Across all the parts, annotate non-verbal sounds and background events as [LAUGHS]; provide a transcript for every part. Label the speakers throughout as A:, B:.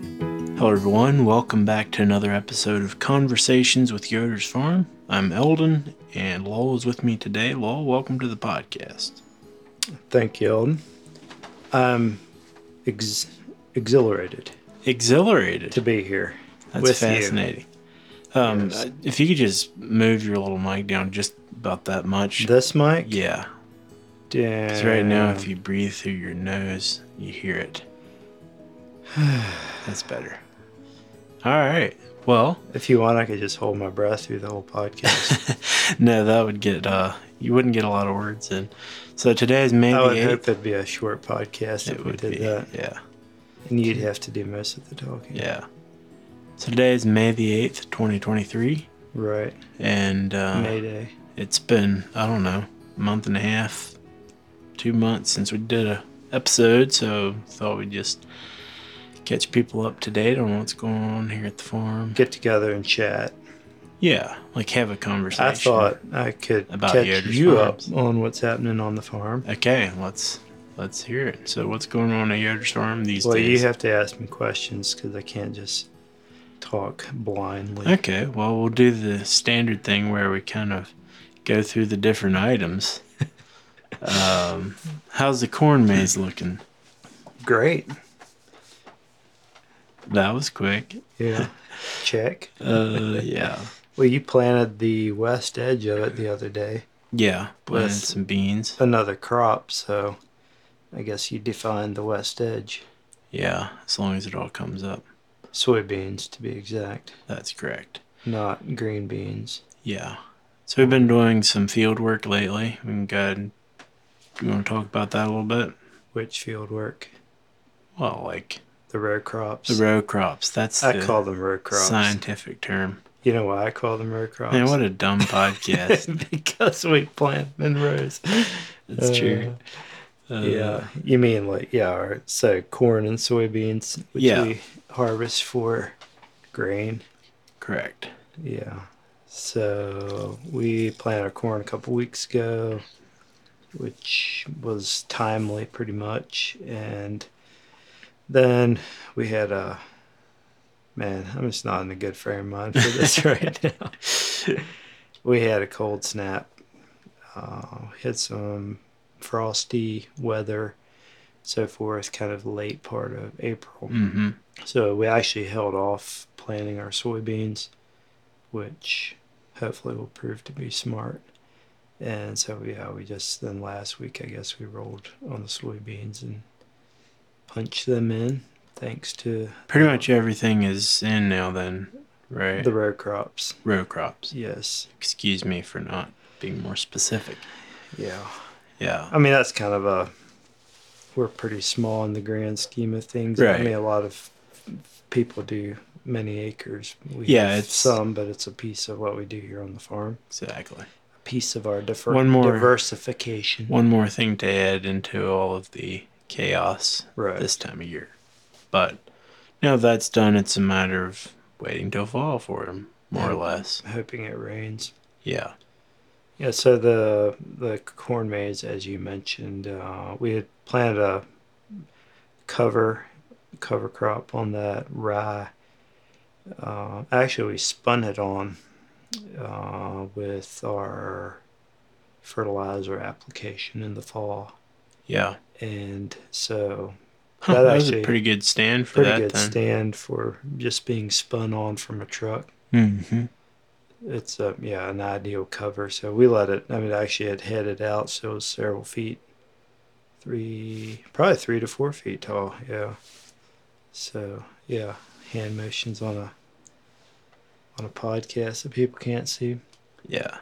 A: Hello, everyone. Welcome back to another episode of Conversations with Yoder's Farm. I'm Eldon, and Lowell is with me today. Lowell, welcome to the podcast.
B: Thank you, Elden. I'm ex- exhilarated to
A: Exhilarated.
B: be here.
A: That's
B: with you.
A: fascinating. Um,
B: Yes.
A: uh, If you could just move your little mic down just about that much.
B: This mic?
A: yeah.
B: Damn.
A: 'Cause right now, if you breathe through your nose, you hear it. [SIGHS] That's better. All right. Well,
B: if you want, I could just hold my breath through the whole
A: [LAUGHS]
B: podcast.
A: no, that would get uh, you wouldn't get a lot of words in. So today is May
B: I
A: the
B: would
A: eighth.
B: hope that'd be a short podcast if we did that.
A: Yeah,
B: And you'd have to do most of the talking.
A: yeah. So today is May the eighth, twenty twenty three,
B: Right.
A: and uh,
B: Mayday.
A: it's been I don't know a month and a half, two months since we did a episode. So thought we'd just catch people up to date on what's going on here at the farm.
B: Get together and chat.
A: Yeah, like have a conversation.
B: I thought I could
A: About
B: catch
A: Yoder's
B: you
A: farms.
B: up on what's happening on the farm.
A: Okay, let's let's hear it. So what's going on at Yoder's farm these
B: Well,
A: days?
B: you have to ask me questions because I can't just talk blindly.
A: Okay, well, we'll do the standard thing where we kind of go through the different
B: [LAUGHS]
A: items. um, how's the corn maze looking?
B: Great.
A: That was quick.
B: Yeah. Check. [LAUGHS]
A: Uh, yeah.
B: Well, you planted the west edge of it the other day,
A: Yeah, planted
B: Yes.
A: some beans.
B: another crop, so I guess you defined the west edge.
A: Yeah, as long as it all comes up.
B: Soybeans, to be exact,
A: That's correct.
B: not green beans.
A: Yeah. So we've been doing some field work lately. We can go ahead and, you want to talk about that a little bit?
B: Which field work?
A: Well, like
B: The row crops.
A: the row crops. That's
B: I
A: the
B: call them row crops.
A: scientific term.
B: You know why I call them row crops?
A: Man, what a
B: [LAUGHS]
A: dumb podcast.
B: because we plant them in rows.
A: That's true. Uh,
B: [LAUGHS] yeah. You mean like, yeah, all right, so corn and soybeans, which
A: Yeah.
B: we harvest for grain.
A: Correct.
B: Yeah. So we planted our corn a couple weeks ago, which was timely pretty much. And then we had a man, I'm just not in a good frame of mind for this [LAUGHS] right now. We had a cold snap, uh, had some frosty weather, so forth, kind of late part of April.
A: Mm-hmm.
B: So we actually held off planting our soybeans, which hopefully will prove to be smart. And so yeah, we just then last week I guess we rolled on the soybeans and punched them in thanks to
A: Pretty much everything is in now, then, right?
B: the row crops.
A: row crops.
B: Yes.
A: Excuse me for not being more specific.
B: Yeah.
A: Yeah.
B: I mean that's kind of a we're pretty small in the grand scheme of things.
A: Right.
B: I mean a lot of people do many acres. We
A: Yeah,
B: have
A: it's-
B: some, but it's a piece of what we do here on the farm.
A: Exactly.
B: piece of our differ-
A: One more-
B: diversification.
A: One more thing to add into all of the chaos
B: right.
A: this time of year. But now that's done, it's a matter of waiting till fall for them, more or
B: Yeah.
A: less.
B: Hoping it rains.
A: Yeah.
B: Yeah. So the the corn maze, as you mentioned, uh, we had planted a cover cover crop on that rye. Uh, actually, we spun it on uh, with our fertilizer application in the fall,
A: Yeah.
B: and so
A: Huh,
B: That
A: that was a
B: actually-
A: pretty good stand for
B: pretty
A: that
B: good
A: then.
B: stand for just being spun on from a truck.
A: hmm
B: it's a yeah an ideal cover so we let it i mean actually it headed out so it was several feet three probably three to four feet tall yeah so yeah hand motions on a on a podcast that people can't see
A: Yeah.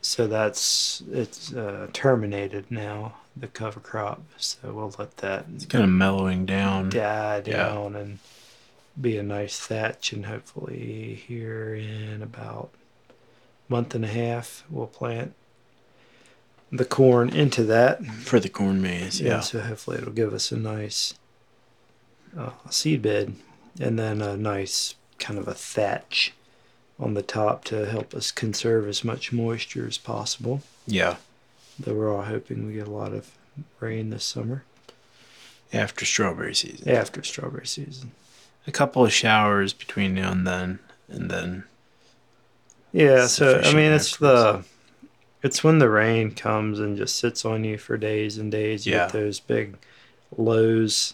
B: so that's it's uh, terminated now the cover crop so we'll let that
A: It's kind of mellowing down.
B: die
A: Yeah.
B: down and be a nice thatch and hopefully here in about month and a half we'll plant the corn into that
A: For the corn maze.
B: yeah
A: Yeah.
B: so hopefully it'll give us a nice uh, seed bed and then a nice kind of a thatch on the top to help us conserve as much moisture as possible
A: Yeah.
B: though we're all hoping we get a lot of rain this summer
A: After strawberry season.
B: after strawberry season
A: a couple of showers between now and then, and then
B: Yeah, so I
A: Sufficient
B: mean, it's the
A: afterwards.
B: it's when the rain comes and just sits on you for days and days. You get
A: Yeah.
B: those big lows,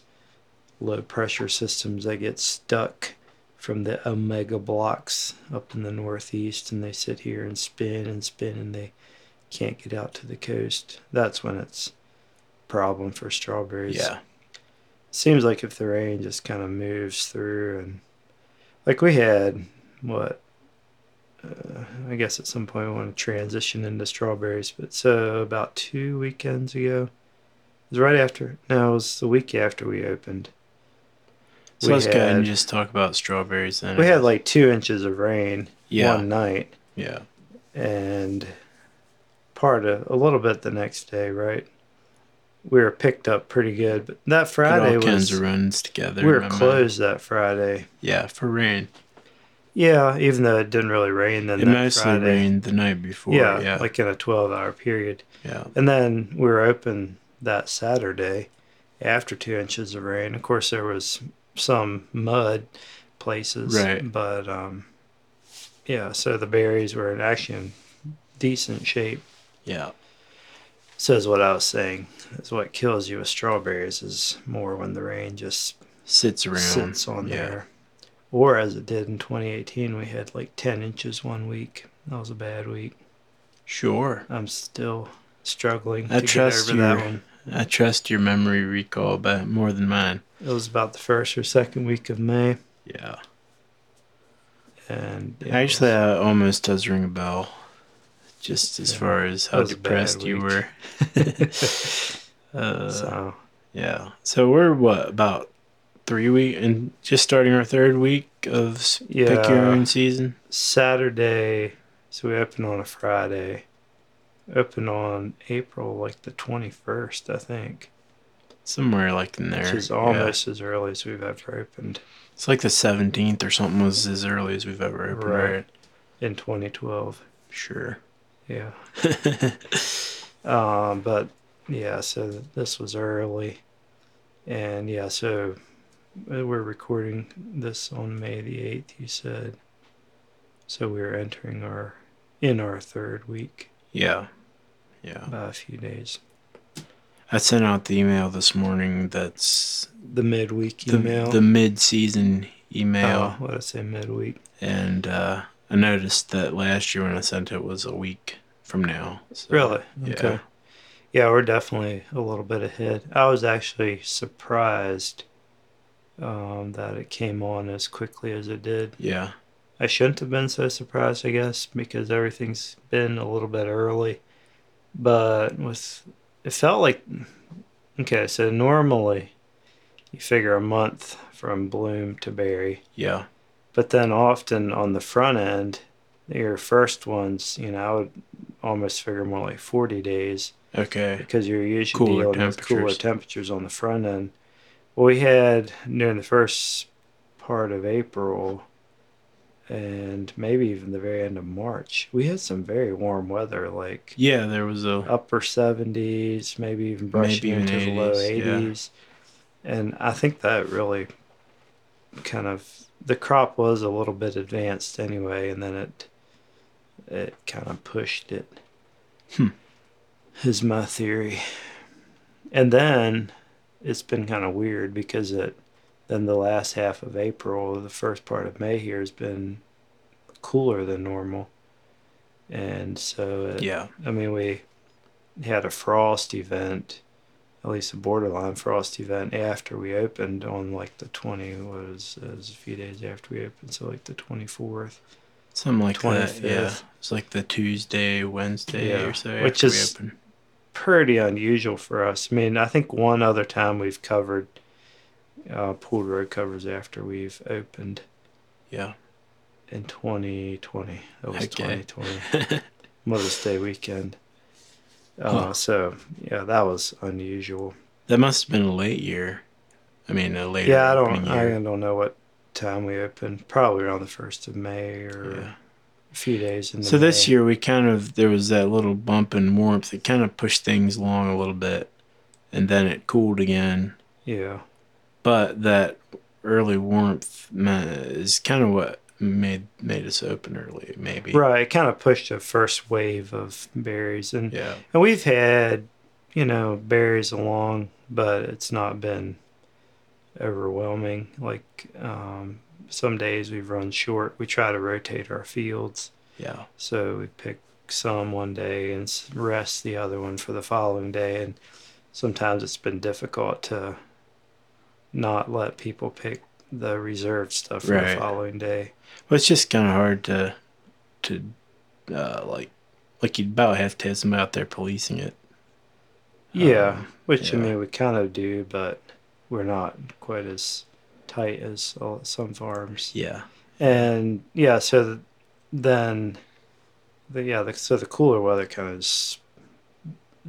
B: low pressure systems that get stuck from the omega blocks up in the northeast, and they sit here and spin and spin, and they can't get out to the coast. That's when it's a problem for strawberries
A: yeah,
B: seems like if the rain just kind of moves through and like we had what uh, i guess at some point we want to transition into strawberries but so about two weekends ago it was right after no it was the week after we opened
A: So
B: we
A: let's go ahead and
B: had-
A: just talk about strawberries then.
B: we had like two inches of rain
A: yeah,
B: one night
A: yeah,
B: and part of a little bit the next day right we were picked up pretty good but that
A: Put
B: friday
A: all kinds of
B: was
A: runs together.
B: we were
A: remember?
B: closed that friday
A: Yeah, for rain.
B: Yeah, even though it didn't really rain then
A: It
B: that
A: mostly
B: Friday.
A: rained the night before.
B: yeah,
A: Yeah, yeah,
B: like in a 12 hour period.
A: yeah.
B: And then we were open that Saturday after two inches of rain. Of course, there was some mud places.
A: Right.
B: But um, yeah, so the berries were in actually in decent shape. Says what I was saying. That's what kills you with strawberries is more when the rain just
A: Sits around.
B: sits on
A: yeah.
B: there. Or as it did in 2018, we had like 10 inches one week. That was a bad week.
A: Sure.
B: I'm still struggling
A: I
B: to
A: trust
B: get over that
A: your-
B: one.
A: I trust your memory recall but more than mine.
B: It was about the first or second week of May,
A: Yeah.
B: and it
A: Actually,
B: was-
A: that almost does ring a bell. Just as
B: Yeah.
A: far as
B: That
A: how
B: was a bad
A: depressed you
B: week.
A: were. uh,
B: [LAUGHS] so
A: Yeah. So we're what about three week and just starting our third week of s- pick your
B: Yeah.
A: own season.
B: Saturday, so we opened on a Friday, opened on April like the 21st, I think,
A: Somewhere like in there.
B: which is
A: Yeah.
B: almost as early as we've ever opened
A: It's like the 17th or something was as early as we've ever opened,
B: Right.
A: right?
B: in 2012.
A: Sure. [LAUGHS]
B: Yeah. Um, but yeah, so th- this was early, and yeah, so uh, we're recording this on May the eighth. You said, so we're entering our in our third week
A: yeah. Yeah.
B: by a few days.
A: I sent out the email this morning that's
B: The midweek
A: the,
B: email.
A: the mid season email.
B: Oh, what did I say? Midweek.
A: And uh, I noticed that last year when I sent it was a week from now. So,
B: Really?
A: yeah.
B: Yeah, we're definitely a little bit ahead. I was actually surprised um, that it came on as quickly as it did.
A: Yeah.
B: I shouldn't have been so surprised, I guess, because everything's been a little bit early. But with it felt like okay, so normally you figure a month from bloom to berry,
A: Yeah.
B: but then often on the front end, your first ones, you know, I would almost figure more like 40 days
A: Okay.
B: because you're usually
A: Cooler
B: dealing with cooler
A: temperatures.
B: temperatures on the front end. Well, we had during the first part of April and maybe even the very end of March, we had some very warm weather, like
A: Yeah, there was a
B: upper 70s, maybe even brushing
A: Uh-huh. Maybe even
B: into the low
A: 80s, yeah.
B: 80s. And I think that really kind of the crop was a little bit advanced anyway, and then it it kind of pushed it.
A: Hmm.
B: Is my theory. And then it's been kind of weird because it then the last half of April, the first part of May here has been cooler than normal. And so it,
A: yeah.
B: I mean, we had a frost event, at least a borderline frost event after we opened on like the 20 was, it was a few days after we opened, so like the 24th,
A: Something like that. Yeah.
B: 25th.
A: It's like the Tuesday, Wednesday
B: Yeah,
A: or so.
B: which
A: after we
B: is-
A: open.
B: pretty unusual for us. I mean, I think one other time we've covered uh, pooled road covers after we've opened
A: Yeah.
B: in 2020. That was
A: Okay.
B: 2020 Mother's Day weekend. Uh,
A: Huh.
B: So yeah, that was unusual.
A: that must have been a late year. I mean, a later
B: Yeah, I
A: opening
B: don't.
A: year.
B: I don't know what time we opened. Probably around the first of May or
A: Yeah.
B: a few days. In
A: So this year we kind of there was that little bump in warmth. It kind of pushed things along a little bit, and then it cooled again.
B: yeah,
A: But that early warmth ma- is kind of what made made us open early, maybe.
B: Right, it kind of pushed a first wave of berries, and
A: Yeah.
B: and we've had you know berries along, but it's not been overwhelming. Like um, some days we've run short. We try to rotate our fields,
A: Yeah.
B: so we pick some one day and s- rest the other one for the following day. And sometimes it's been difficult to not let people pick the reserved stuff for
A: Right.
B: the following day.
A: Well, it's just kind of hard to to uh, like like you'd about have to have somebody out there policing it.
B: Yeah,
A: Um,
B: which I
A: yeah.
B: mean we kind of do, but we're not quite as tight as all- some farms.
A: Yeah.
B: And yeah, so th then the yeah, the, so the cooler weather kind of s-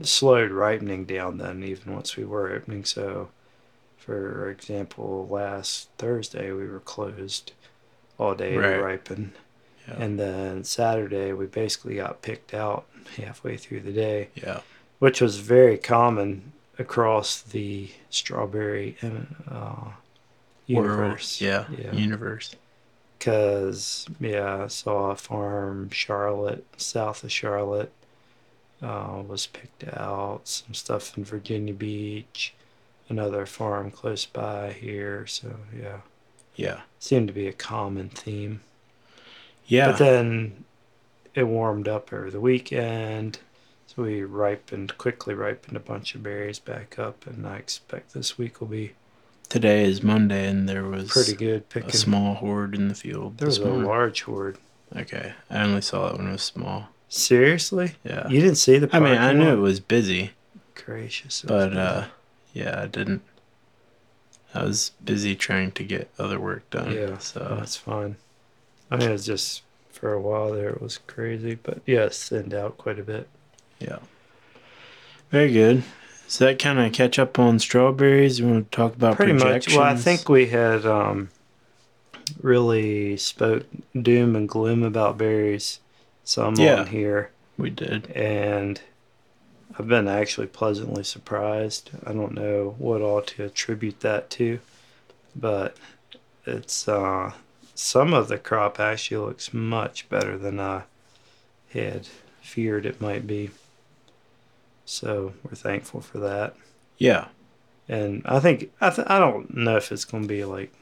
B: slowed ripening down then even once we were opening. So for example, last Thursday we were closed all day
A: Right.
B: to ripen.
A: Yeah.
B: And then Saturday we basically got picked out halfway through the day
A: Yeah.
B: which was very common across the strawberry uh, universe.
A: World. Yeah.
B: yeah.
A: Universe.
B: Because yeah, I saw a farm Charlotte, south of Charlotte, uh, was picked out. Some stuff in Virginia Beach, another farm close by here. So yeah,
A: Yeah.
B: seemed to be a common theme.
A: Yeah.
B: But then it warmed up over the weekend. So we ripened, quickly ripened a bunch of berries back up. And I expect this week will be
A: Today is Monday, and there was
B: pretty good picking.
A: a small horde in the field.
B: there was
A: this
B: a
A: morning.
B: large horde.
A: Okay, I only saw that when it was small.
B: Seriously?
A: Yeah.
B: You didn't see the
A: I mean, I
B: parking
A: knew it
B: lot?
A: was busy,
B: Gracious. it was
A: but uh, yeah, I didn't. I was busy trying to get other work done.
B: Yeah. Oh,
A: So
B: that's fine. I mean, it was just for a while there, it was crazy. But yeah, it's thinned out quite a bit.
A: yeah. Very good. So that kind of catch up on strawberries. You want to talk about
B: pretty much
A: projections?
B: well i think we had um, really spoke doom and gloom about berries some
A: Yeah.
B: on here
A: we did.
B: and i've been actually pleasantly surprised i don't know what all to attribute that to but it's uh, some of the crop actually looks much better than i had feared it might be so we're thankful for that
A: Yeah.
B: and I think I th- I don't know if it's gonna be like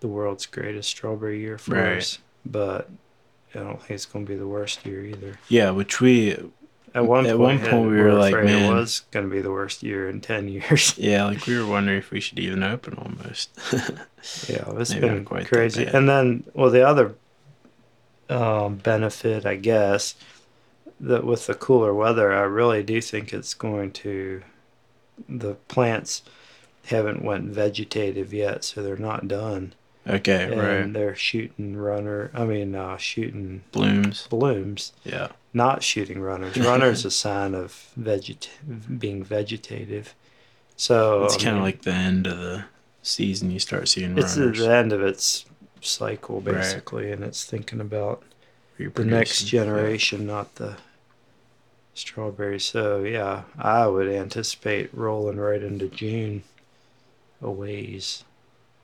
B: the world's greatest strawberry year for
A: Right.
B: us, but I don't think it's gonna be the worst year either.
A: Yeah. Which we
B: At one
A: At
B: point,
A: one point we were like,
B: afraid
A: "Man."
B: it was gonna be the worst year in ten years. [LAUGHS]
A: yeah like we were wondering if we should even open almost. [LAUGHS]
B: yeah, it's
A: Maybe
B: been
A: not quite that
B: crazy.
A: bad.
B: And then, well, the other um, benefit, I guess, that with the cooler weather, I really do think it's going to the plants haven't went vegetative yet, so they're not done.
A: okay.
B: and
A: Right.
B: they're shooting runner. I mean, uh, shooting
A: Blooms.
B: blooms,
A: Yeah.
B: not
A: [LAUGHS]
B: shooting runners. Runners a sign of veget being vegetative. So
A: It's
B: I
A: kind of
B: mean,
A: like the end of the season. You start seeing
B: it's at
A: runners.
B: the end of its cycle,
A: Right.
B: basically, and it's thinking about the
A: reproducing.
B: next
A: Yeah.
B: generation, not the strawberry. So yeah, I would anticipate rolling right into June, a ways,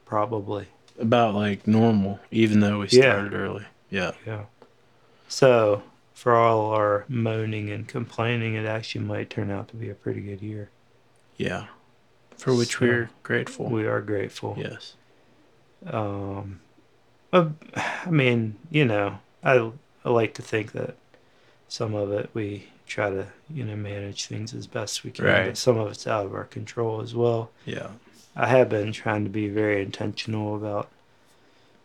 B: probably.
A: about like normal, even though we
B: Yeah.
A: started early. Yeah,
B: Yeah. So, for all our moaning and complaining, it actually might turn out to be a pretty good year.
A: yeah, for which
B: So-
A: we're grateful.
B: We are grateful.
A: yes,
B: Um, but, I mean, you know, I, I like to think that some of it we try to, you know, manage things as best we can,
A: Right.
B: but some of it's out of our control as well.
A: yeah,
B: I have been trying to be very intentional about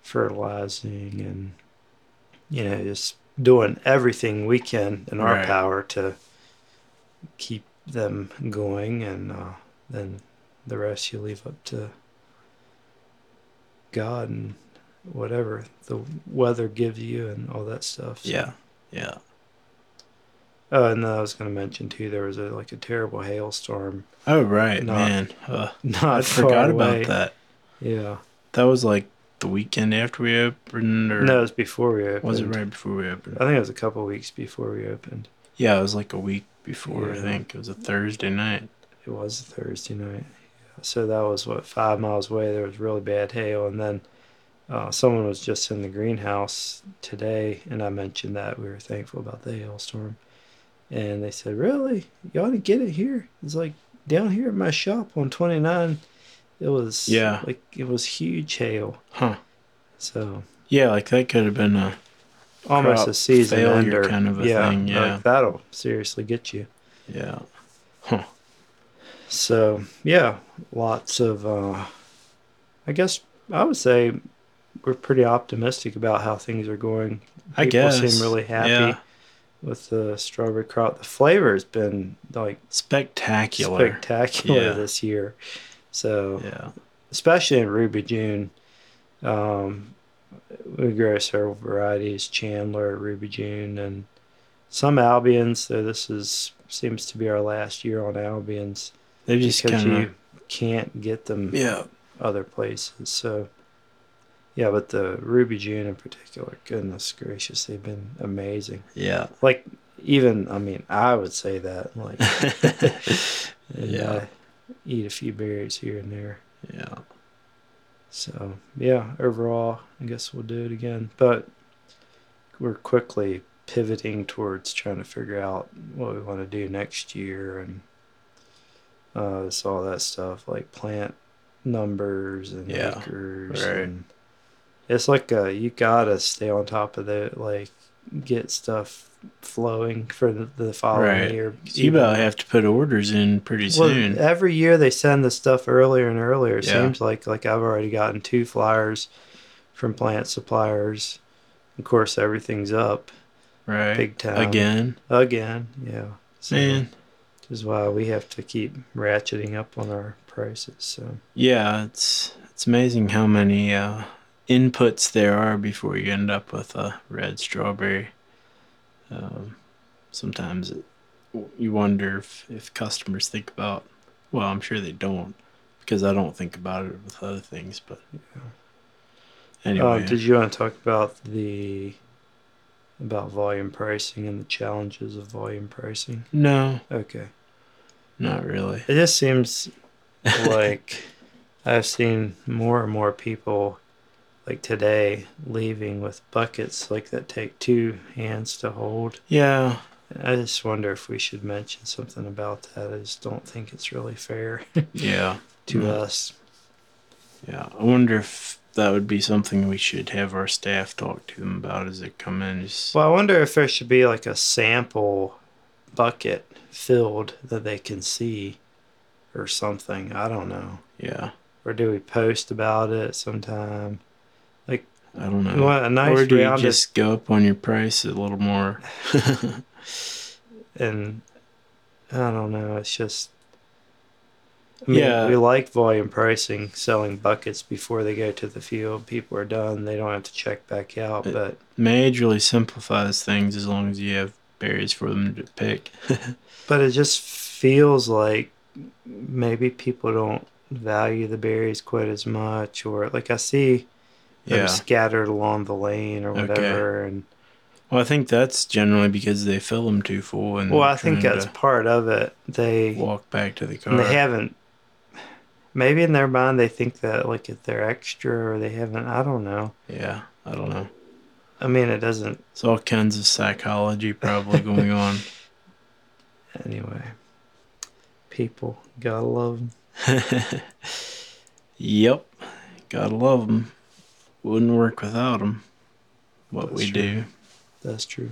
B: fertilizing and you know just doing everything we can in our
A: Right.
B: power to keep them going and uh, then the rest you leave up to God and whatever the weather gives you and all that stuff. so.
A: yeah, yeah.
B: Oh, and then I was going to mention too, there was a, like a terrible hailstorm. [LAUGHS]
A: Oh right,
B: Not-
A: man, uh,
B: Not
A: I forgot about that.
B: Yeah.
A: That was like the weekend after we opened, or
B: No, it was before we opened.
A: was it right before we opened?
B: I think it was a couple weeks before we opened.
A: Yeah, it was like a week before. I
B: Yeah.
A: think it was a Thursday night.
B: It was a Thursday night. So that was what five miles away. There was really bad hail, and then uh, someone was just in the greenhouse today, and I mentioned that we were thankful about the hailstorm, and they said, "Really? You ought to get it here." It's like down here at my shop on 29. It was
A: Yeah.
B: like it was huge hail.
A: Huh.
B: So
A: Yeah, like that could have been a
B: almost
A: crop
B: a season
A: failure
B: ender.
A: kind of a thing, yeah.
B: like, that'll seriously get you.
A: yeah. Huh.
B: So yeah, lots of. Uh, I guess I would say we're pretty optimistic about how things are going.
A: I
B: People
A: guess.
B: seem really happy
A: Yeah.
B: with the strawberry crop. The flavor has been like
A: Spectacular.
B: spectacular
A: Yeah.
B: this year. So
A: yeah.
B: especially in Ruby June. Um, we grow several varieties: Chandler, Ruby June, and some Albions. Though this is seems to be our last year on Albions
A: They just
B: because
A: kind of
B: you can't get them
A: yeah.
B: other places. So, yeah, but the Ruby June in particular, goodness gracious, they've been amazing.
A: Yeah. [LAUGHS]
B: Like even, I mean, I would say that like. and,
A: Yeah.
B: uh, eat a few berries here and there.
A: yeah.
B: So yeah, overall, I guess we'll do it again. But we're quickly pivoting towards trying to figure out what we want to do next year and uh, so all that stuff like plant numbers and
A: Yeah,
B: acres.
A: right.
B: And it's like uh you gotta stay on top of the like get stuff flowing for the, the following
A: Right.
B: year.
A: You about have to put orders in pretty
B: Well,
A: soon.
B: every year they send the stuff earlier and earlier. It
A: Yeah.
B: seems like like I've already gotten two flyers from plant suppliers. Of course, everything's up
A: right.
B: big time
A: Again.
B: again. Yeah, so,
A: Man.
B: which is why we have to keep ratcheting up on our prices. So
A: Yeah, it's it's amazing how many uh, inputs there are before you end up with a red strawberry. Um, sometimes it, you wonder if, if customers think about. Well, I'm sure they don't, because I don't think about it with other things. But
B: uh,
A: anyway,
B: did you want to talk about the about volume pricing and the challenges of volume pricing?
A: no,
B: Okay,
A: not really.
B: it just seems like I've seen more and more people like today leaving with buckets like that take two hands to hold.
A: [LAUGHS] Yeah,
B: I just wonder if we should mention something about that. I just don't think it's really fair
A: yeah,
B: to
A: Mm.
B: us.
A: yeah. I wonder if that would be something we should have our staff talk to them about as they come in. Just,
B: Well, I wonder if there should be like a sample bucket filled that they can see or something. I don't know.
A: yeah,
B: Or do we post about it sometime?
A: I don't know.
B: You want a nice
A: Hmm. or do you
B: round of-
A: just go up on your price a little more?
B: [LAUGHS] and I don't know. It's just, I mean,
A: Yeah.
B: we like volume pricing, selling buckets before they go to the field. People are done; they don't have to check back out.
A: It-
B: But
A: Majorly simplifies things as long as you have berries for them to
B: [LAUGHS]
A: pick.
B: but it just feels like maybe people don't value the berries quite as much, or like I see them
A: yeah.
B: scattered along the lane or
A: Okay.
B: whatever. And
A: Well, I think that's generally because they fill them too full and
B: well,
A: they're
B: I think
A: trying
B: that's
A: to
B: part of it. They
A: walk back to the car.
B: And they haven't. Maybe in their mind they think that like if they're extra or they haven't. I don't know.
A: yeah, I don't know.
B: I mean, it doesn't
A: It's all kinds of psychology
B: [LAUGHS]
A: probably going on.
B: anyway. People gotta love 'em.
A: yep, gotta love them. Wouldn't work without them. What
B: That's
A: we
B: true.
A: do.
B: That's true.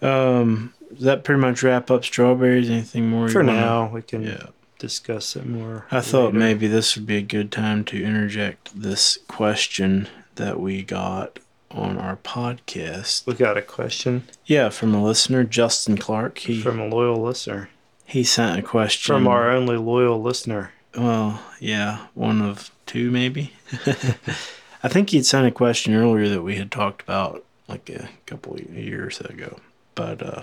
A: Um, does that pretty much wrap up strawberries? Anything more? you
B: For
A: wanna-
B: now, we can
A: Yeah.
B: discuss it more.
A: I thought
B: later.
A: maybe this would be a good time to interject this question that we got on our podcast.
B: we got a question
A: Yeah, from a listener, Justin Clark. He
B: from a loyal listener,
A: he sent a question
B: from our only loyal listener.
A: Well, yeah, one of two maybe. [LAUGHS] I think he'd sent a question earlier that we had talked about like a couple of years ago, but uh,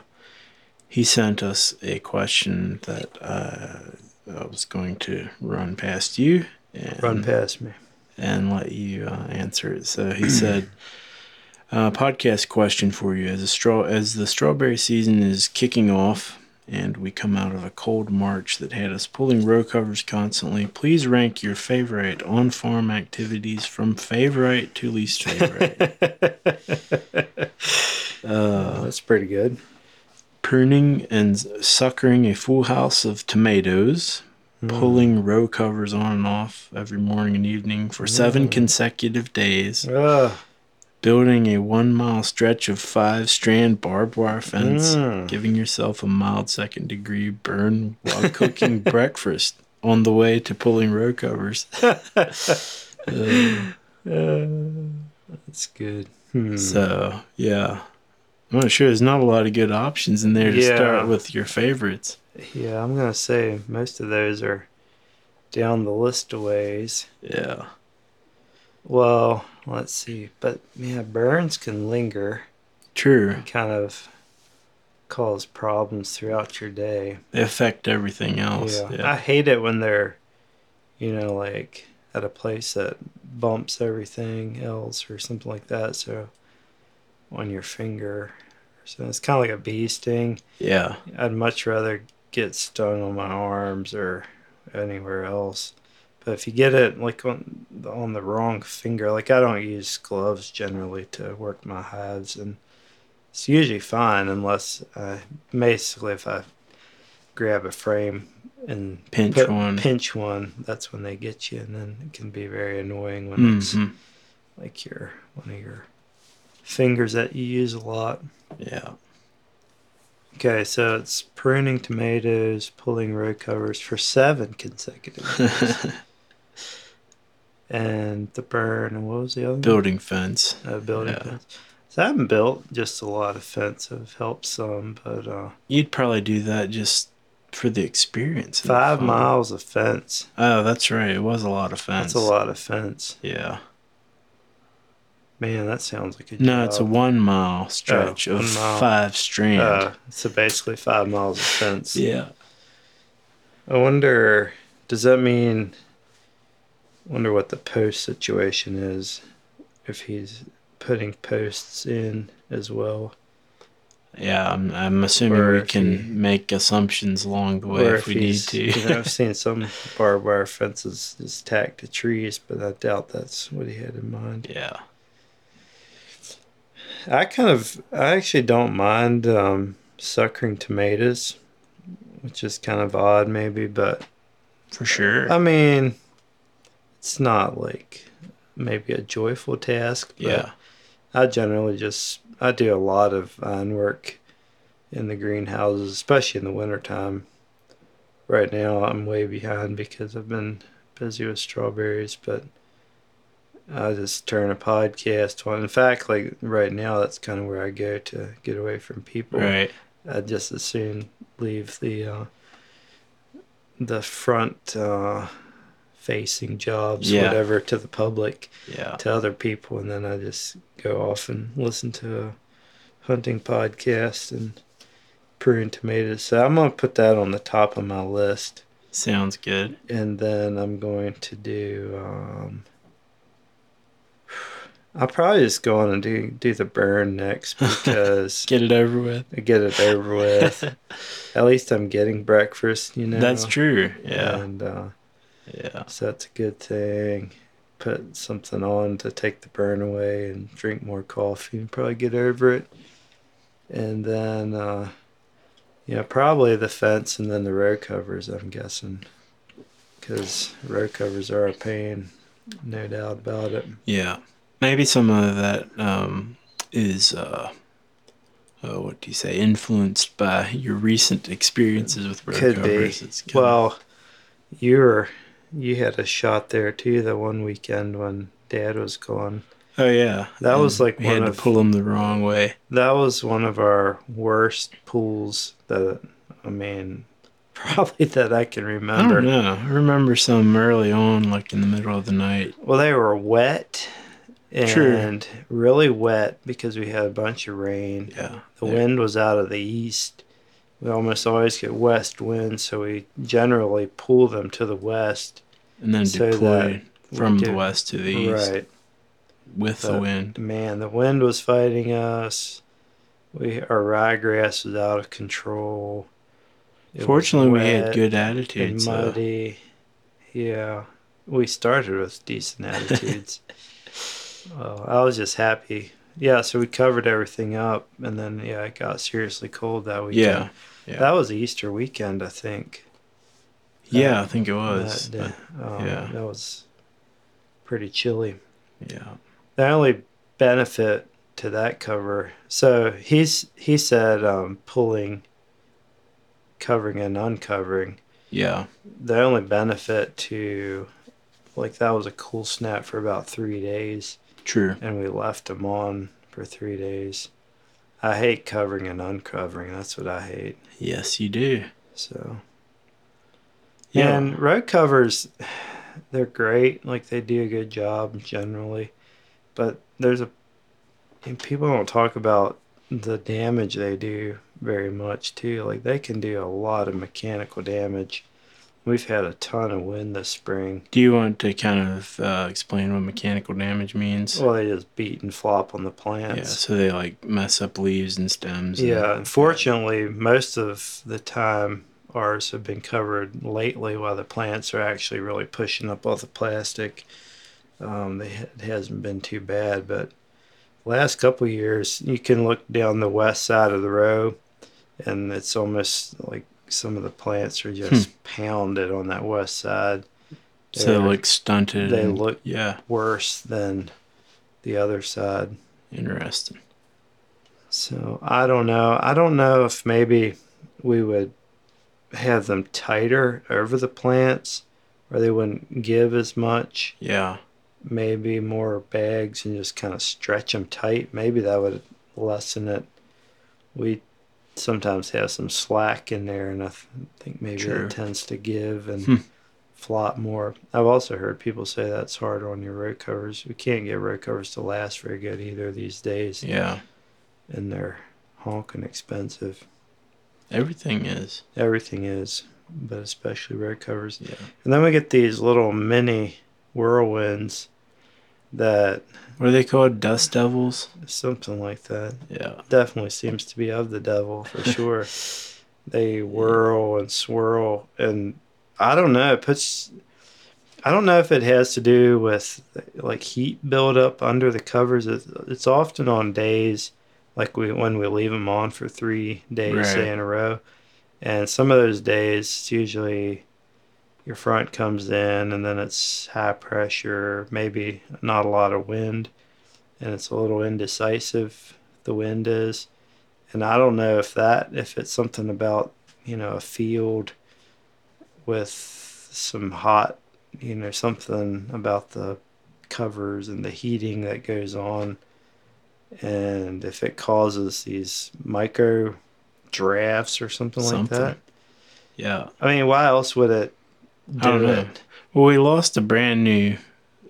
A: he sent us a question that uh, I was going to run past you and
B: Run past me.
A: and let you uh, answer it. So he said, uh, "Podcast question for you: As a straw, as the strawberry season is kicking off and we come out of a cold March that had us pulling row covers constantly. Please rank your favorite on farm activities from favorite to least favorite. uh,
B: that's pretty good.
A: pruning and suckering a full house of tomatoes, pulling row covers on and off every morning and evening for seven consecutive days,
B: Uh,
A: building a one mile stretch of five strand barbed wire fence,
B: Mm.
A: giving yourself a mild second degree burn while
B: [LAUGHS]
A: cooking breakfast on the way to pulling row covers. Uh,
B: Uh, that's good. Hmm.
A: so, yeah. I'm not sure. There's not a lot of good options in there to
B: Yeah.
A: start with your favorites.
B: Yeah, I'm gonna say most of those are down the list a ways.
A: Yeah.
B: Well, let's see. But yeah, burns can linger,
A: True.
B: kind of cause problems throughout your day.
A: They affect everything else.
B: Yeah. I
A: Yeah.
B: hate it when they're, you know, like at a place that bumps everything else or something like that. So on your finger. So it's kind of like a bee sting.
A: yeah.
B: I'd much rather get stung on my arms or anywhere else. But if you get it like on the, on the wrong finger, like I don't use gloves generally to work my hives, and it's usually fine unless I basically if I grab a frame and
A: Pinch
B: put-
A: one.
B: pinch one, that's when they get you, and then it can be very annoying when it's
A: hmm
B: like your one of your fingers that you use a lot.
A: Yeah.
B: Okay, so it's pruning tomatoes, pulling row covers for seven
A: [LAUGHS]
B: consecutive, days. and the burn. And what was the other? one?
A: Building fence.
B: Uh, building
A: yeah.
B: fence. So I haven't built just a lot of fence. I've helped some, but uh,
A: You'd probably do that just for the experience. and the
B: five
A: fun.
B: miles of fence.
A: Oh, that's right. It was a lot of fence.
B: That's a lot of fence.
A: Yeah.
B: Man, that sounds like a
A: No, it's a
B: job.
A: one mile stretch
B: Uh, one
A: of
B: mile.
A: five strand.
B: Uh, so basically five miles of fence.
A: yeah.
B: I wonder. Does that mean? Wonder what the post situation is, if he's putting posts in as well,
A: Yeah. I'm, I'm assuming
B: Or
A: we
B: if
A: can
B: he-
A: make assumptions along the way if, we need
B: he's- [LAUGHS]
A: to.
B: you know, I've seen some barbed wire fences just tacked to trees, but I doubt that's what he had in mind.
A: [LAUGHS] yeah.
B: I kind of, I actually don't mind um, suckering tomatoes, which is kind of odd maybe, but
A: For sure.
B: I mean, it's not like maybe a joyful task. But
A: yeah.
B: I generally just I do a lot of vine work in the greenhouses, especially in the wintertime. Right now I'm way behind because I've been busy with strawberries, but I just turn a podcast on. In fact, like right now that's kinda where I go to get away from people.
A: Right.
B: I'd just as soon leave the uh, the front uh, facing jobs,
A: Yeah.
B: whatever, to the public
A: Yeah.
B: to other people, and then I just go off and listen to a hunting podcast and prune tomatoes. So I'm gonna put that on the top of my list,
A: Sounds good.
B: and then I'm going to do. Um, I'll probably just go on and do do the
A: [LAUGHS]
B: burn next because
A: Get it over with.
B: I get it
A: [LAUGHS]
B: over with. At least I'm getting breakfast, you know.
A: That's true. Yeah.
B: And uh,
A: Yeah.
B: so that's a good thing. Put something on to take the burn away and drink more coffee and probably get over it. And then, uh, yeah, probably the fence and then the row covers, I'm guessing. Because row covers are a pain, no doubt about it.
A: Yeah, maybe some of that um, is uh, uh, what do you say influenced by your recent experiences with road
B: Could be.
A: covers. It's kinda-
B: Well, you were, you had a shot there too the one weekend when Dad was gone.
A: oh yeah,
B: that was
A: And
B: like
A: we
B: one
A: had
B: of-
A: to pull them the wrong way.
B: That was one of our worst pools that I mean, [LAUGHS] probably that I can
A: I don't
B: remember.
A: know. I remember some early on, like in the middle of the night.
B: Well, they were wet
A: True.
B: and really wet because we had a bunch of rain.
A: Yeah,
B: The
A: Yeah.
B: wind was out of the east. We almost always get west wind, so we generally pull them to the west.
A: and then
B: so
A: deploy
B: we
A: from the
B: did-
A: west to the east
B: Right.
A: with the
B: But-
A: wind.
B: Man, the wind was fighting us. We our ryegrass was out of control. It was
A: Fortunately, we had
B: wet
A: good
B: and
A: attitudes. So
B: muddy. Yeah, we started with decent
A: [LAUGHS]
B: attitudes. well, I was just happy. Yeah, so we covered everything up, and then yeah, it got seriously cold that weekend.
A: yeah, yeah.
B: that was Easter weekend, I think.
A: yeah, I think it
B: that
A: was.
B: day. Um,
A: yeah.
B: that was pretty chilly.
A: but- yeah,
B: the only benefit to that cover so he's he said um, pulling covering and uncovering
A: yeah,
B: the only benefit to like that was a cool snap for about three days
A: true.
B: and we left them on for three days i hate covering and uncovering that's what i hate
A: Yes, you do.
B: so
A: Yeah,
B: and road covers, they're great. Like they do a good job generally, but there's a and people don't talk about the damage they do very much too. Like they can do a lot of mechanical damage. We've had a ton of wind this spring.
A: do you want to kind of uh, explain what mechanical damage means?
B: Well, they just beat and flop on the
A: yeah,
B: plants.
A: so they like mess up leaves and stems. and-
B: Yeah, unfortunately, most of the time ours have been covered lately while the plants are actually really pushing up all the plastic. Um, they, it hasn't been too bad, but last couple of years, you can look down the west side of the row, and it's almost like some of the plants are just pounded on that west side
A: Hmm. so they're
B: they're-
A: like stunted.
B: they
A: and-
B: look-
A: yeah,
B: worse than the other side.
A: interesting.
B: So I don't know. I don't know if maybe we would have them tighter over the plants or they wouldn't give as much.
A: Yeah,
B: Maybe more bags and just kind of stretch them tight. Maybe that would lessen it. We sometimes have some slack in there and I th- think maybe
A: True.
B: it tends to give and
A: Hmm.
B: flop more. I've also heard people say that's hard on your road covers. We can't get road covers to last very good either these days
A: yeah.
B: and they're honking expensive.
A: Everything is.
B: Everything is, but especially road covers.
A: Yeah.
B: And then we get these little mini whirlwinds that
A: What are they called? Dust devils?
B: something like that
A: Yeah.
B: definitely seems to be of the devil for sure. they whirl and swirl, and I don't know. It puts. I don't know if it has to do with like heat buildup under the covers. It's, it's often on days like we when we leave them on for three days,
A: Right.
B: say in a row, and some of those days it's usually your front comes in and then it's high pressure, maybe not a lot of wind, and it's a little indecisive. The wind is, and I don't know if that if it's something about you know a field with some hot you know something about the covers and the heating that goes on and if it causes these micro drafts or something, like
A: Something.
B: that
A: Yeah.
B: i mean why else would it do
A: don't know.
B: it
A: Well, we lost a brand new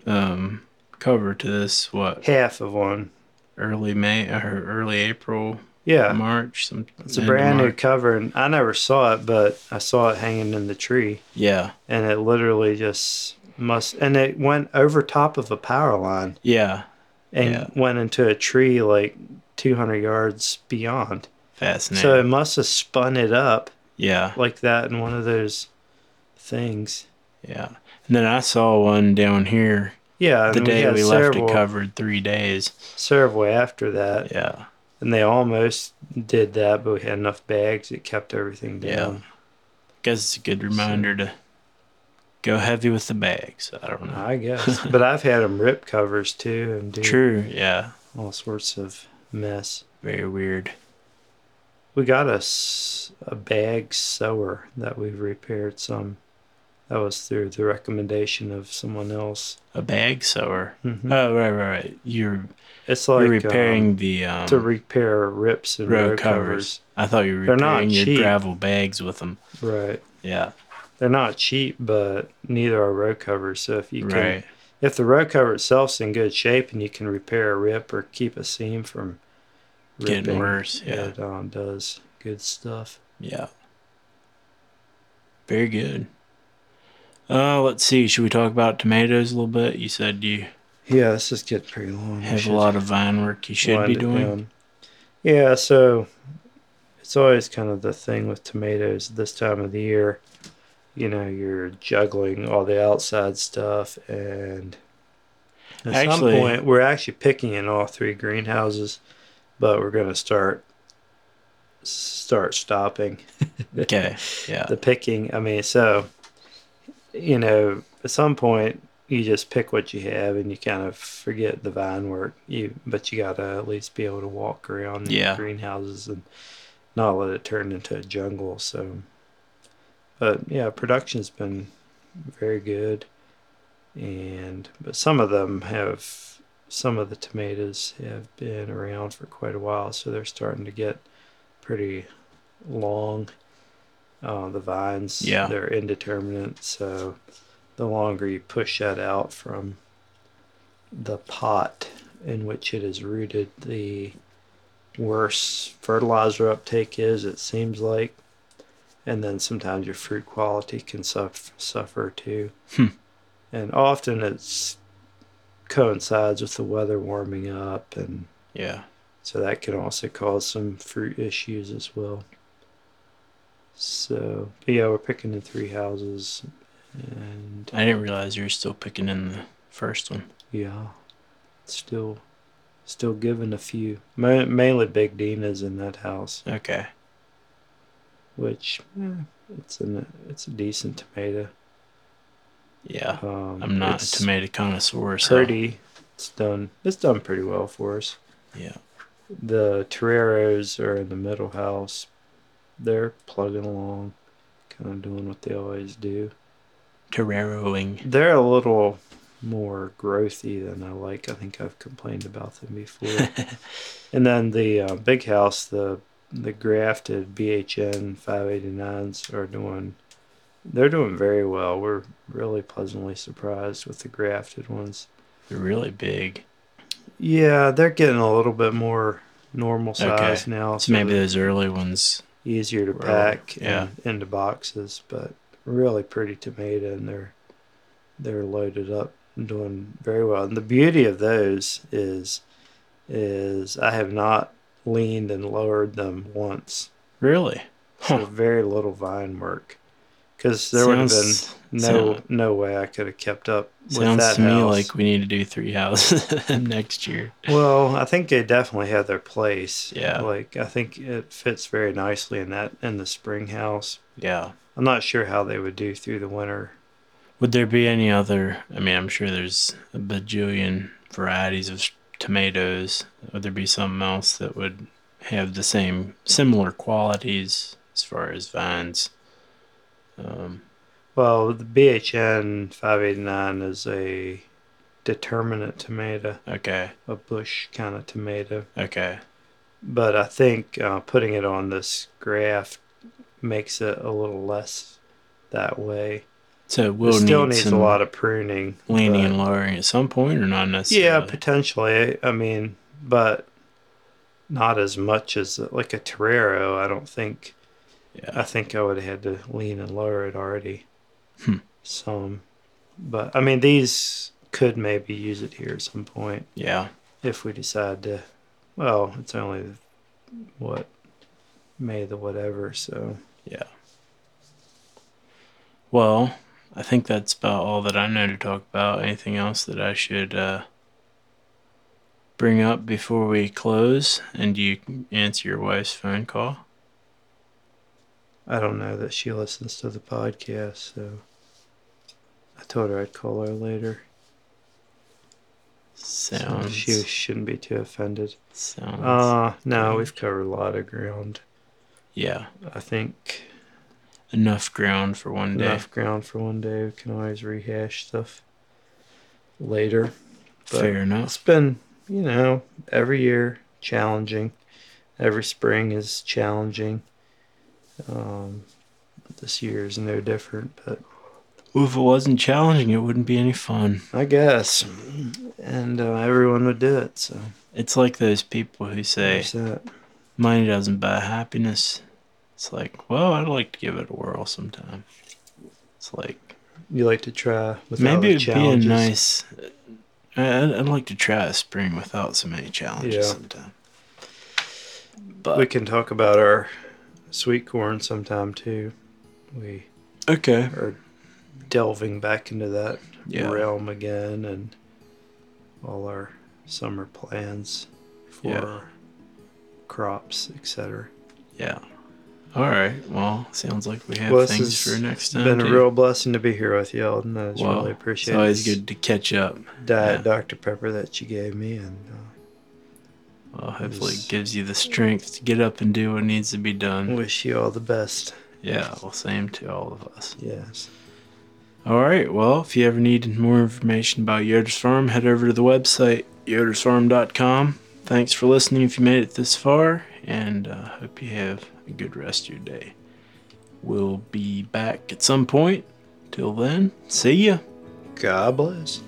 A: um, cover to this. What
B: half of one
A: early May or early April,
B: yeah
A: March? Some
B: it's a
A: end of
B: brand new
A: March.
B: cover and i never saw it but i saw it hanging in the tree
A: Yeah,
B: and it literally just must and it went over top of a power line
A: yeah.
B: and
A: Yeah.
B: went into a tree like 200 yards beyond
A: Fascinating.
B: so it must have spun it up
A: yeah,
B: like that in one of those things
A: yeah. And then I saw one down here
B: yeah
A: the
B: and
A: day
B: had
A: we left
B: several,
A: it covered three days.
B: several after that
A: Yeah,
B: and they almost did that but we had enough bags it kept everything
A: Yeah.
B: down
A: guess it's a good reminder to go heavy with the bags. I don't know.
B: i guess but i've had them rip covers too and
A: [LAUGHS]
B: do
A: True. Yeah.
B: all sorts of mess
A: Very weird.
B: We got a, s- a bag sewer that we've repaired some. That was through the recommendation of someone else.
A: A bag sewer.
B: Mhm.
A: Oh, right, right, right. You're,
B: It's like
A: you're repairing
B: um,
A: the um,
B: to repair rips and
A: road
B: road,
A: covers.
B: covers.
A: I thought you were
B: They're not
A: repairing your
B: cheap.
A: gravel bags with them.
B: Right.
A: Yeah,
B: They're not cheap, but neither are road covers. So if you can,
A: right.
B: if the road cover itself's in good shape and you can repair a rip or keep a seam from
A: Getting
B: ripping,
A: worse, yeah.
B: it um, does good stuff.
A: Yeah. Very good. Uh, let's see. Should we talk about tomatoes a little bit? You said you
B: Yeah, this is getting pretty long. We
A: have a
B: should- [LAUGHS]
A: lot of vine work you should
B: wind
A: be
B: it
A: doing.
B: down. Yeah, so It's always kind of the thing with tomatoes this time of the year. You know, you're juggling all the outside stuff, and at
A: Actually-
B: some point, we're actually picking in all three greenhouses, but we're gonna start start stopping
A: Okay. Yeah.
B: the picking. I mean, so you know, at some point you just pick what you have and you kind of forget the vine work. You but you gotta at least be able to walk around the
A: Yeah.
B: greenhouses and not let it turn into a jungle. So, but yeah, production's been very good, and but some of them have. Some of the tomatoes have been around for quite a while, so they're starting to get pretty long. Uh, the vines,
A: Yeah.
B: they're indeterminate, so the longer you push that out from the pot in which it is rooted, the worse fertilizer uptake is, it seems like. And then sometimes your fruit quality can suf- suffer too.
A: Hmm.
B: And often it's coincides with the weather warming up and
A: Yeah.
B: so that can also cause some fruit issues as well. So but yeah, we're picking in three houses, and
A: I didn't realize you were still picking in the first one.
B: yeah, still, still giving a few. Ma- Mainly Big Dina's in that house,
A: Okay.
B: which eh, it's an it's a decent tomato.
A: Yeah.
B: Um,
A: I'm not
B: it's
A: a tomato connoisseur. So.
B: Pretty. It's done. It's done pretty well for us.
A: Yeah.
B: the Toreros are in the middle house. They're plugging along, kind of doing what they always do.
A: Terraroing.
B: They're a little more growthy than I like. I think I've complained about them before.
A: [LAUGHS]
B: and then the uh, big house, the the grafted BHN 589s are doing they're doing very well. We're really pleasantly surprised with the grafted ones.
A: They're really big.
B: Yeah, they're getting a little bit more normal
A: Okay.
B: size now.
A: So maybe those early ones.
B: easier to
A: Row,
B: pack
A: yeah.
B: and into boxes, but really pretty tomato and they're they're loaded up and doing very well. And the beauty of those is is I have not leaned and lowered them once.
A: Really?
B: So
A: Huh.
B: very little vine work. Because there would have been
A: Sounds-
B: no
A: sound-
B: no way I could have kept up with
A: Sounds
B: that
A: to me
B: house.
A: like we need to do three houses [LAUGHS] next year.
B: Well, I think they definitely have their place.
A: Yeah.
B: Like I think it fits very nicely in that in the spring house.
A: Yeah.
B: I'm not sure how they would do through the winter.
A: Would there be any other? I mean, I'm sure there's a bajillion varieties of s- tomatoes. Would there be something else that would have the same similar qualities as far as vines? Um,
B: Well, the BHN 589 is a determinate tomato,
A: okay,
B: a bush kind of tomato.
A: okay,
B: But I think uh, putting it on this graft makes it a little less that way.
A: so we'll
B: it still
A: need
B: needs a
A: some
B: lot of pruning.
A: leaning
B: but-
A: and lowering at some point, or not
B: Yeah,
A: necessarily.
B: potentially. I mean, but not as much as like a Torero. I don't think.
A: yeah,
B: I think I would have had to lean and lower it already.
A: Hmm.
B: Some, but I mean, these could maybe use it here at some point
A: yeah,
B: if we decide to. Well, it's only what May the whatever, so
A: yeah. Well, I think that's about all that I know to talk about. Anything else that I should uh, bring up before we close? And do you answer your wife's phone call?
B: I don't know that she listens to the podcast, so I told her I'd call her later. So
A: Sounds.
B: she shouldn't be too offended.
A: sounds.
B: Uh, no, we've covered a lot of ground.
A: yeah,
B: I think
A: enough ground for one day.
B: enough ground for one day. We can always rehash stuff later. but-
A: Fair enough.
B: It's been, you know, every year challenging. Every spring is challenging. Um, this year is no different, but
A: Well, if it wasn't challenging, it wouldn't be any fun.
B: I guess. And uh, everyone would do it, so
A: It's like those people who say
B: there's that.
A: money doesn't buy happiness. It's like, well, I'd like to give it a whirl sometime. It's like
B: You like to try with
A: maybe it'd
B: challenges.
A: be a nice. I- I'd, I'd like to try a spring without so many challenges
B: Yeah.
A: sometime. But
B: We can talk about our sweet corn sometime too. We
A: Okay.
B: are delving back into that
A: Yeah.
B: realm again and all our summer plans for
A: Yeah.
B: our crops, etc.
A: Yeah. All right. Well, sounds like we have
B: Well, this
A: things
B: has
A: for next
B: It's
A: time.
B: been a
A: too.
B: real blessing to be here with you, Alden. I just
A: Well,
B: really
A: It's
B: appreciate
A: always
B: this
A: good to catch up.
B: Diet
A: yeah.
B: Dr. Pepper that you gave me, and uh,
A: Well, hopefully,
B: Yes. Mm.
A: it gives you the strength to get up and do what needs to be done.
B: wish you all the best.
A: Yeah. Well, same to all of us.
B: Yes.
A: All right. Well, if you ever need more information about Yoder's Farm, head over to the website yodersfarm.com. Thanks for listening if you made it this far, and uh, hope you have a good rest of your day. We'll be back at some point. Till then, see ya.
B: God bless.